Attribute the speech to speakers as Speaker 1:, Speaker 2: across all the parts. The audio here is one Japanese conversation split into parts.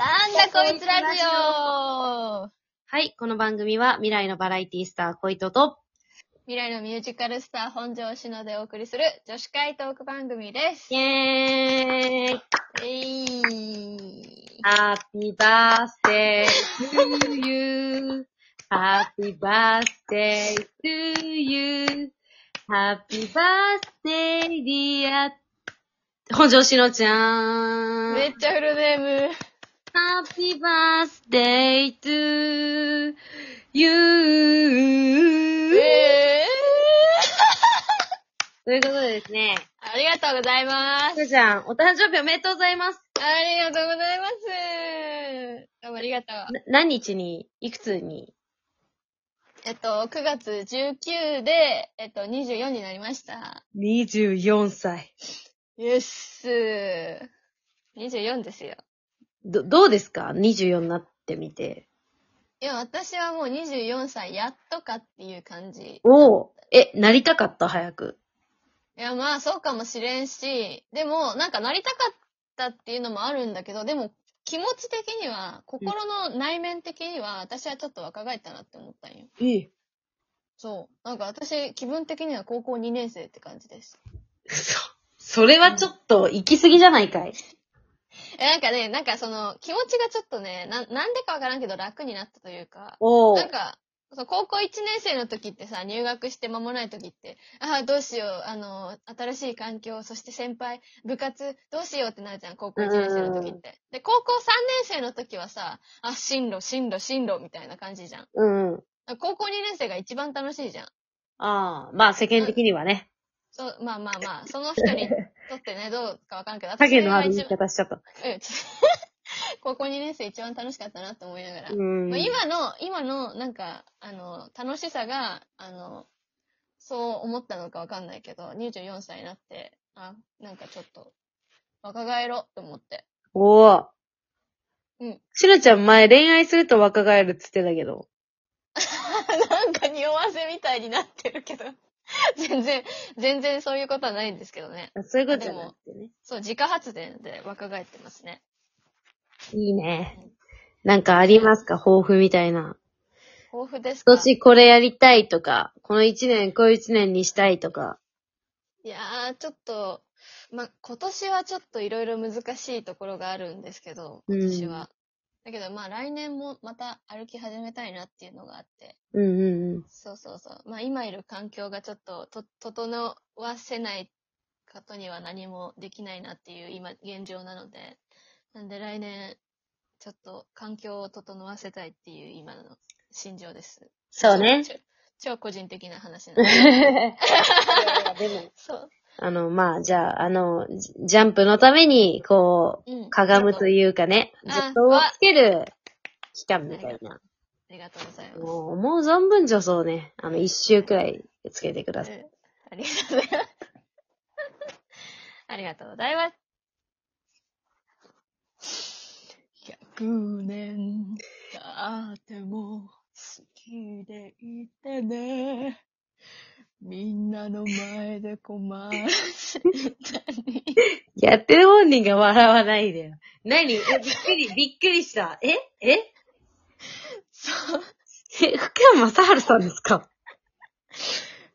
Speaker 1: こいつラジオ
Speaker 2: はい、この番組は未来のバラエティスター、小糸と、
Speaker 1: 未来のミュージカルスター本庄しのでお送りする女子会トーク番組です。
Speaker 2: イェーイ
Speaker 1: えい
Speaker 2: ハッピーバースデー to you! ハッピーバースデー to you! ハッピーバースデー dear 本庄しのちゃーん
Speaker 1: めっちゃフルネーム。
Speaker 2: ハッピーバースデー to you!
Speaker 1: え
Speaker 2: ということでですね、
Speaker 1: ー、ありがとうございます。
Speaker 2: ふーちゃん、お誕生日おめでとうございます
Speaker 1: ありがとうございます。どうもありがとう。
Speaker 2: な何日に、いくつに
Speaker 1: えっと、9月19で、えっと、24になりました。
Speaker 2: ?24 歳。
Speaker 1: イエスー。24ですよ。
Speaker 2: ど、どうですか ?24 になってみて。
Speaker 1: いや、私はもう24歳やっとかっていう感じ。
Speaker 2: おお。え、なりたかった早く。
Speaker 1: いや、まあ、そうかもしれんし、でも、なんかなりたかったっていうのもあるんだけど、でも、気持ち的には、心の内面的には、私はちょっと若返ったなって思ったんよ。
Speaker 2: いい。
Speaker 1: そう。なんか私、気分的には高校2年生って感じです。
Speaker 2: 嘘。それはちょっと、行き過ぎじゃないかい。
Speaker 1: え、なんかね、なんかその、気持ちがちょっとね、な、なんでかわからんけど楽になったというか、
Speaker 2: おお。
Speaker 1: なんか、そう高校1年生の時ってさ、入学して間もない時って、ああ、どうしよう、あの、新しい環境、そして先輩、部活、どうしようってなるじゃん、高校1年生の時って。で、高校3年生の時はさ、あ、進路、進路、進路みたいな感じじゃん。
Speaker 2: うん。
Speaker 1: 高校2年生が一番楽しいじゃん。
Speaker 2: ああ、まあ世間的にはね。
Speaker 1: そう、まあまあまあ、その人にとってね、どうかわからんけど、
Speaker 2: 影のあ
Speaker 1: は
Speaker 2: る言
Speaker 1: 一
Speaker 2: い
Speaker 1: 番、
Speaker 2: 方しちゃった。
Speaker 1: うん、 ちょ高校2年生一番楽しかったなって思いながら
Speaker 2: う。ん。
Speaker 1: まあ今の、今の、なんか、あの、楽しさが、あの、そう思ったのかわかんないけど、24歳になって、あ、なんかちょっと、若返ろうと思って。
Speaker 2: おお。
Speaker 1: うん。
Speaker 2: しのちゃん前恋愛すると若返るっつってたけど。
Speaker 1: なんか匂わせみたいになってるけど、 全然、全然そういうことはないんですけどね。
Speaker 2: そういうことじゃなくてね。
Speaker 1: そう、自家発電で若返ってますね。
Speaker 2: いいね。なんかありますか抱負みたいな。
Speaker 1: 豊富ですか
Speaker 2: 今年これやりたいとか、この一年こういう一年にしたいとか。
Speaker 1: いやー、ちょっと、ま、今年はちょっといろいろ難しいところがあるんですけど、
Speaker 2: うん
Speaker 1: 今年は。だけど、まあ、来年もまた歩き始めたいなっていうのがあって、
Speaker 2: うんうんうん。
Speaker 1: そうそうそう。まあ、今いる環境がちょっと、と、整わせないことには何もできないなっていう今、現状なので、なんで来年、ちょっと環境を整わせたいっていう今の心情です。
Speaker 2: そう ね。
Speaker 1: 超。超個人的な話なん
Speaker 2: い
Speaker 1: で す。
Speaker 2: やいやでも、
Speaker 1: そう。
Speaker 2: あの、まあ、じゃあ、あの、ジジャンプのために、こ
Speaker 1: うん。
Speaker 2: う、かがむというかね、
Speaker 1: あ
Speaker 2: ずっとをつける期間みたいな。
Speaker 1: ありがとうございます。
Speaker 2: もう、思う存分助走ね、あの、一週くらいつけてください。
Speaker 1: えありがとうございます。ありがとうご ざいます。100年経っても好きでいてね。みんなの前で困らせたに。
Speaker 2: やってる本人が笑わないでよ。何え、びっくり、びっくりした。ええ
Speaker 1: そう。
Speaker 2: え、福山雅治さんですか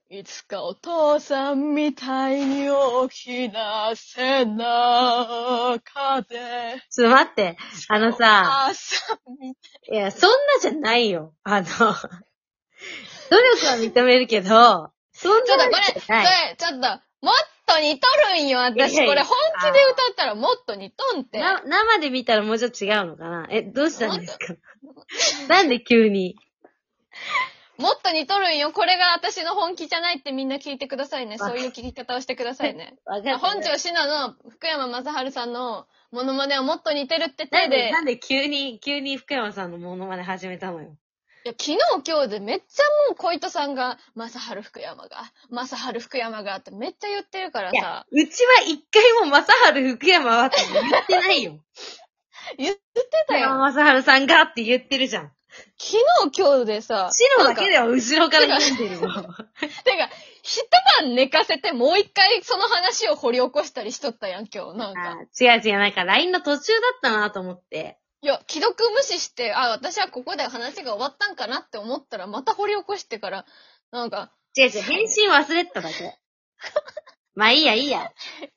Speaker 1: いつかお父さんみたいに大きな背中で。
Speaker 2: ちょっと待って、あのさ、
Speaker 1: 朝み
Speaker 2: いや、そんなじゃないよ。あの、努力は認めるけど、そん
Speaker 1: ちょっ
Speaker 2: な
Speaker 1: と
Speaker 2: の
Speaker 1: こ
Speaker 2: じ
Speaker 1: れ、
Speaker 2: ゃない。
Speaker 1: それ、ちょっと、もっと似とるんよ、
Speaker 2: いやい
Speaker 1: 私。
Speaker 2: や
Speaker 1: これ本気で歌ったらもっと似とんって。
Speaker 2: な、生で見たらもうちょっと違うのかなえ、どうしたんですかなんで急に
Speaker 1: もっと似とるんよ。これが私の本気じゃないってみんな聞いてくださいね。そういう聞き方をしてくださいね。
Speaker 2: わかった
Speaker 1: 本庄志乃の福山雅治さんのモノマネはもっと似てるって
Speaker 2: な
Speaker 1: 手
Speaker 2: ん
Speaker 1: で、
Speaker 2: で、
Speaker 1: い
Speaker 2: なんで急に、急に福山さんのモノマネ始めたのよ。
Speaker 1: や昨日今日でめっちゃもう小糸さんが、雅治福山が、雅治福山がってめっちゃ言ってるから
Speaker 2: いや
Speaker 1: さ、、
Speaker 2: うちは一回も正治福山はって言ってな いよ。
Speaker 1: 言ってた
Speaker 2: 福
Speaker 1: よ。
Speaker 2: 山正治さんがって言ってるじゃん。
Speaker 1: 昨日今日でさ、
Speaker 2: 白だけでは後ろから読んでるよ。
Speaker 1: てか、一晩寝かせてもう一回その話を掘り起こしたりしとったやん、今日。なんか。
Speaker 2: あ違う違う、なんか LINE の途中だったなと思って。
Speaker 1: いや、既読無視して、あ、私はここで話が終わったんかなって思ったら、また掘り起こしてから、なんか、
Speaker 2: 違う違う、返信忘れてただ け。まあいいや、いいや。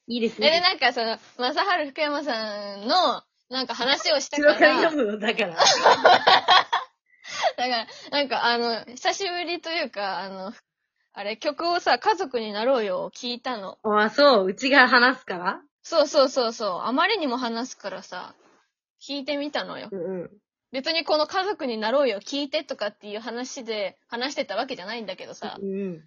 Speaker 2: いいです
Speaker 1: え、で、
Speaker 2: ね。
Speaker 1: なんかその、正春福山さんの、なんか話をした
Speaker 2: 後
Speaker 1: から、
Speaker 2: ろか
Speaker 1: だ
Speaker 2: ら
Speaker 1: か
Speaker 2: 読むのだから。
Speaker 1: ら、なんかあの、久しぶりというか、あの、あれ、曲をさ、家族になろうよを聞いたの。
Speaker 2: あ、そう、うちが話すから
Speaker 1: そうそうそうそう、あまりにも話すからさ、聞いてみたのよ。
Speaker 2: うんうん。
Speaker 1: 別にこの家族になろうよ聞いてとかっていう話で話してたわけじゃないんだけどさ、
Speaker 2: うん。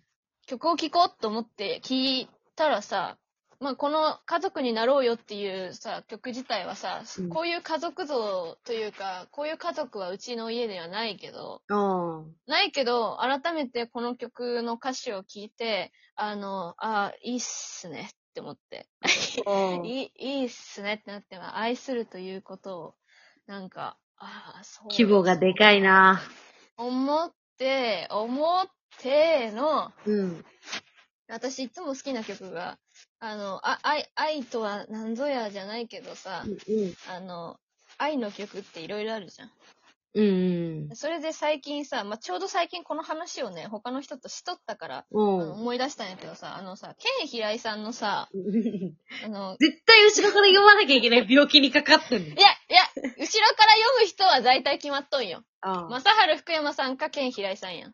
Speaker 1: 曲を聴こうと思って聞いたらさ、まあ、この家族になろうよっていうさ、曲自体はさ、
Speaker 2: うん
Speaker 1: こういう家族像というか、こういう家族はうちの家ではないけど、
Speaker 2: ああ。
Speaker 1: ないけど、改めてこの曲の歌詞を聞いて、あの、あいいっすねって思って、いい、いいっすねってなって、まあ愛するということを、なんか、ああ、そう。
Speaker 2: 規模がでかいな。
Speaker 1: 思って、思っての、
Speaker 2: うん。
Speaker 1: 私いつも好きな曲が、あの、あ愛、愛とは何ぞやじゃないけどさ、
Speaker 2: うん。
Speaker 1: あの、愛の曲っていろいろあるじゃん。
Speaker 2: うん。
Speaker 1: それで最近さ、まあ、ちょうど最近この話をね、他の人としとったから、あの
Speaker 2: うん。
Speaker 1: 思い出したんやけどさ、あのさ、ケン平井さんのさ、あの、
Speaker 2: 絶対後ろから読まなきゃいけない病気にかかってんの
Speaker 1: い。や、いや、後ろから読む人は大体決まっとんよ。
Speaker 2: ああ
Speaker 1: 正春福山さんかケン平井さんやん。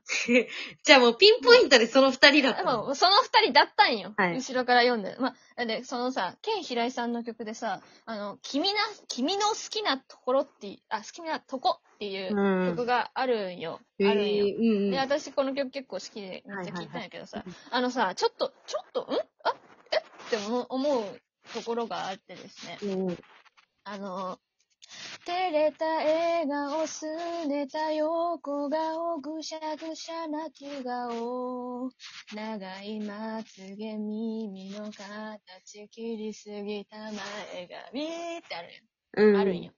Speaker 2: じゃあもうピンポイントでその二人だっ
Speaker 1: で
Speaker 2: た
Speaker 1: も
Speaker 2: の。
Speaker 1: その二人だったんよ。
Speaker 2: はい
Speaker 1: 後ろから読んで。まあ、で、そのさ、ケン平井さんの曲でさ、あの、君な、君の好きなところって、あ、好きなとこっていう
Speaker 2: うん
Speaker 1: 曲があるんよ。
Speaker 2: え
Speaker 1: あるんよ。
Speaker 2: ーうんうん
Speaker 1: で、私この曲結構好きでめっちゃ聴いたんやけどさ、
Speaker 2: はいは
Speaker 1: あのさ、ちょっと、ちょっと、んあえって思う思うところがあってですね。
Speaker 2: うん
Speaker 1: あの、照れた笑顔、すねた横顔、ぐしゃぐしゃな気顔。長いまつげ、耳の形、切りすぎた前髪ってあるんよ。
Speaker 2: うん。
Speaker 1: あるんよ。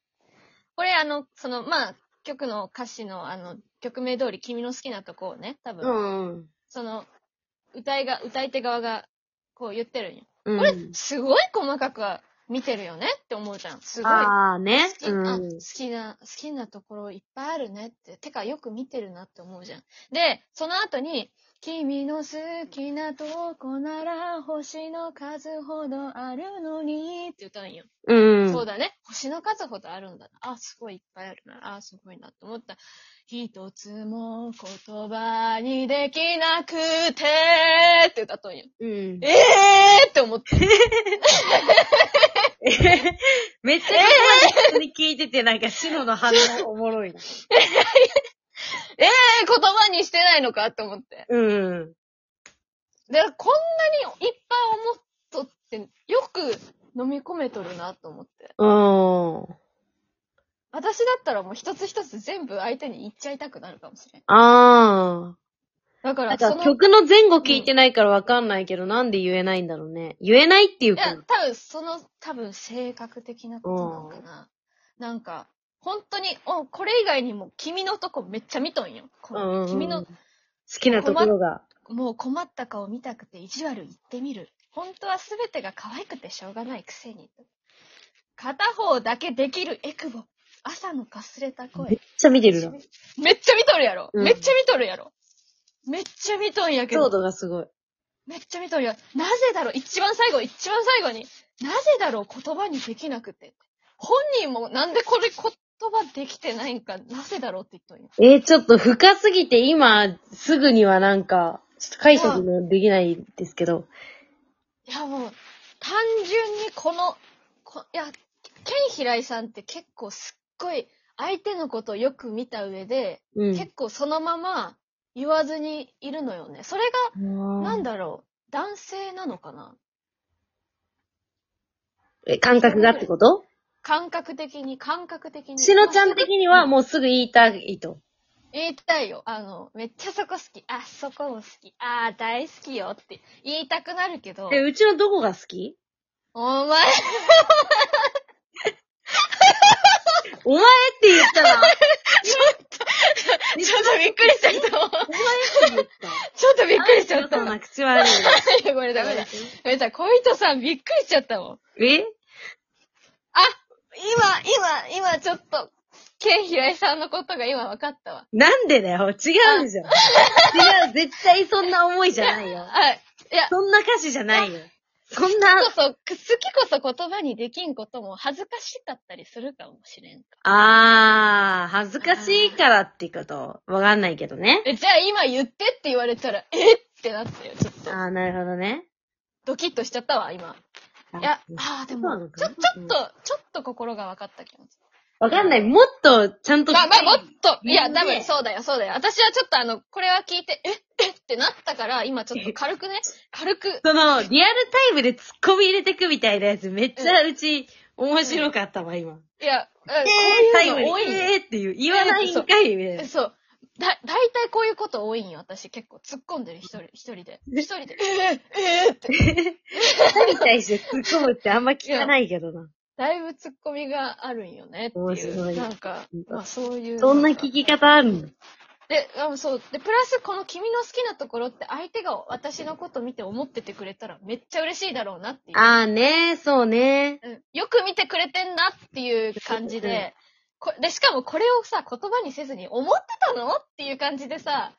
Speaker 1: これあの、その、まあ、曲の歌詞のあの、曲名通り君の好きなとこをね、多
Speaker 2: う
Speaker 1: 分、
Speaker 2: ん。
Speaker 1: その、歌いが、歌い手側が、こう言ってるんよ。
Speaker 2: うん。
Speaker 1: これ、すごい細かくは見てるよねって思うじゃん。すごい。
Speaker 2: ああね。
Speaker 1: 好き,、
Speaker 2: う
Speaker 1: あ
Speaker 2: ん
Speaker 1: 好。きな、好きなところいっぱいあるねって。てか、よく見てるなって思うじゃん。で、その後に、君の好きなとこなら星の数ほどあるのにって言ったんよ。
Speaker 2: うん。
Speaker 1: そうだね。星の数ほどあるんだな。あ、すごいいっぱいあるな。あ、すごいなと思った。一つも言葉にできなくてって歌っとんよ。
Speaker 2: うん。
Speaker 1: えーって思って。
Speaker 2: めっちゃここまで聞いてて、なんか、シノの反応おもろいな。
Speaker 1: えー言葉にしてないのかって思って。
Speaker 2: うん。
Speaker 1: で、こんなにいっぱい思っとって、よく飲み込めとるなと思って。
Speaker 2: うん。
Speaker 1: 私だったらもう一つ一つ全部相手に言っちゃいたくなるかもしれん。
Speaker 2: あ
Speaker 1: だか
Speaker 2: あ。なん
Speaker 1: ら、
Speaker 2: か
Speaker 1: その、い
Speaker 2: 曲の前後聞いてないからわかんないけど、なんで言えないんだろうね。言えないっていう
Speaker 1: や、
Speaker 2: か。
Speaker 1: 多分その、多分性格的なことなのかな。なんか、本当に、お、これ以外にも君のとこめっちゃ見とんよ。こ
Speaker 2: うんうん
Speaker 1: 君の
Speaker 2: 好、きなところが。
Speaker 1: もう困った顔見たくて意地悪言ってみる。本当は全てが可愛くてしょうがないくせに。片方だけできるエクボ。朝のかすれた声
Speaker 2: めっ。ちゃ見てるな。
Speaker 1: めっちゃ見とるやろ、
Speaker 2: うん
Speaker 1: めっちゃ見とるやろめっちゃ見とんやけ
Speaker 2: 強
Speaker 1: ど。
Speaker 2: 度がすごい。
Speaker 1: めっちゃ見とるやろなぜだろう一番最後、一番最後に。なぜだろう言葉にできなくて。本人もなんでこれ言葉できてないんか、なぜだろうって言っとんよ。
Speaker 2: えー、ちょっと深すぎて今、すぐにはなんか、ちょっと解釈もできないですけど。
Speaker 1: いやもう、単純にこの、こいや、ケン平井さんって結構すっごい相手のことをよく見た上で、
Speaker 2: うん。
Speaker 1: 結構そのまま言わずにいるのよね。それがな
Speaker 2: なん
Speaker 1: だろう、男性なのかな
Speaker 2: え、感覚がってこと
Speaker 1: 感覚的に、感覚的に。
Speaker 2: しのちゃん的にはもうすぐ言いたいと。
Speaker 1: 言いたいよ。あの、めっちゃそこ好き。あ、そこも好き。あー、大好きよって言いたくなるけど
Speaker 2: え、、うちのどこが好き
Speaker 1: お前、
Speaker 2: お前って言った ら、
Speaker 1: ちょっとびっくりしちゃった。
Speaker 2: お前って言った。
Speaker 1: ちょっとびっくりしちゃった。
Speaker 2: そ
Speaker 1: ご めん
Speaker 2: ん
Speaker 1: な
Speaker 2: な口悪いな。
Speaker 1: さい、ごめんなさい。ごめんなさい、小糸さんびっくりしちゃったもん。
Speaker 2: え
Speaker 1: あ、今、今、今ちょっと、ケンヒライさんのことが今分かったわ。
Speaker 2: なんでだよ違うじゃん。違う、絶対そんな思いじゃないよ。
Speaker 1: あ、いや、
Speaker 2: そんな歌詞じゃないよ。そんな、
Speaker 1: こそ、好きこそ言葉にできんことも恥ずかしかったりするかもしれんか。
Speaker 2: あー、恥ずかしいからってこと。わかんないけどね。
Speaker 1: え、じゃあ今言ってって言われたら、えってなったよ、ちょっと。
Speaker 2: あー、なるほどね。
Speaker 1: ドキッとしちゃったわ、今。いや、ああ、で
Speaker 2: そうな
Speaker 1: も
Speaker 2: の、か
Speaker 1: ちょ、
Speaker 2: な
Speaker 1: ちょっと、ちょっと心が分かった気持ち。
Speaker 2: わかんない。もっと、ちゃんと。
Speaker 1: まあまあ、もっと、いや、
Speaker 2: ね
Speaker 1: 多分、そうだよ、そうだよ。私はちょっとあの、これは聞いて、え、えってなったから、今ちょっと軽 くね、軽く、
Speaker 2: その、リアルタイムで突っ込み入れてくみたいなやつ、めっちゃうち、面白かったわ、今。え
Speaker 1: いや、え
Speaker 2: ー、
Speaker 1: こう
Speaker 2: 最
Speaker 1: い
Speaker 2: 後
Speaker 1: うの多いん
Speaker 2: に、
Speaker 1: よ
Speaker 2: えーっていう、言わないんかい、みたいな
Speaker 1: え。そう。だ、大体こういうこと多いんよ、私。結構突っ込んでる、一人、一人で。一人で、えー、えーって。
Speaker 2: 何に対して突っ込むってあんま聞かないけどな。
Speaker 1: だいぶ突っ込みがあるんよね、って
Speaker 2: 面
Speaker 1: い。
Speaker 2: 白いう
Speaker 1: なんか、まあそういう。
Speaker 2: そんな聞き方あるの
Speaker 1: で、あのそう。で、プラスこの君の好きなところって相手が私のこと見て思っててくれたらめっちゃ嬉しいだろうなっていう。
Speaker 2: あーね、そうね。
Speaker 1: うん、よく見てくれてんなっていう感じ
Speaker 2: うん
Speaker 1: で、こで、しかもこれをさ、言葉にせずに思ってたのっていう感じでさ、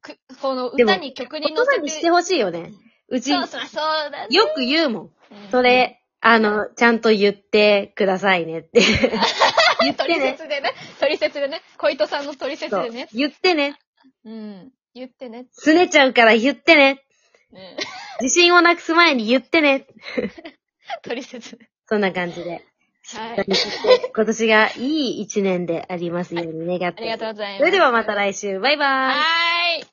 Speaker 1: くこの
Speaker 2: でも
Speaker 1: 歌に曲に
Speaker 2: 言
Speaker 1: 乗せ
Speaker 2: 葉
Speaker 1: て。
Speaker 2: にしてほしいよね。うち、
Speaker 1: そう
Speaker 2: よ
Speaker 1: そう、そうだね。
Speaker 2: く言うもん。
Speaker 1: うん
Speaker 2: そ。れ、あの、ちゃんと言ってくださいねって。言って
Speaker 1: 取
Speaker 2: ね。
Speaker 1: 説でね、取説でね、小糸さんの取説
Speaker 2: そ
Speaker 1: で
Speaker 2: う
Speaker 1: ね。
Speaker 2: 言ってね。
Speaker 1: うん。言ってね。
Speaker 2: すねちゃうから言ってね。
Speaker 1: ね
Speaker 2: 自信をなくす前に言ってね。
Speaker 1: 取説で。
Speaker 2: そんな感じで。
Speaker 1: はい。
Speaker 2: 今年がいい一年でありますように願っ
Speaker 1: あ
Speaker 2: て。
Speaker 1: りがとうございます。
Speaker 2: それではまた来週。バイバーイ。
Speaker 1: はーい。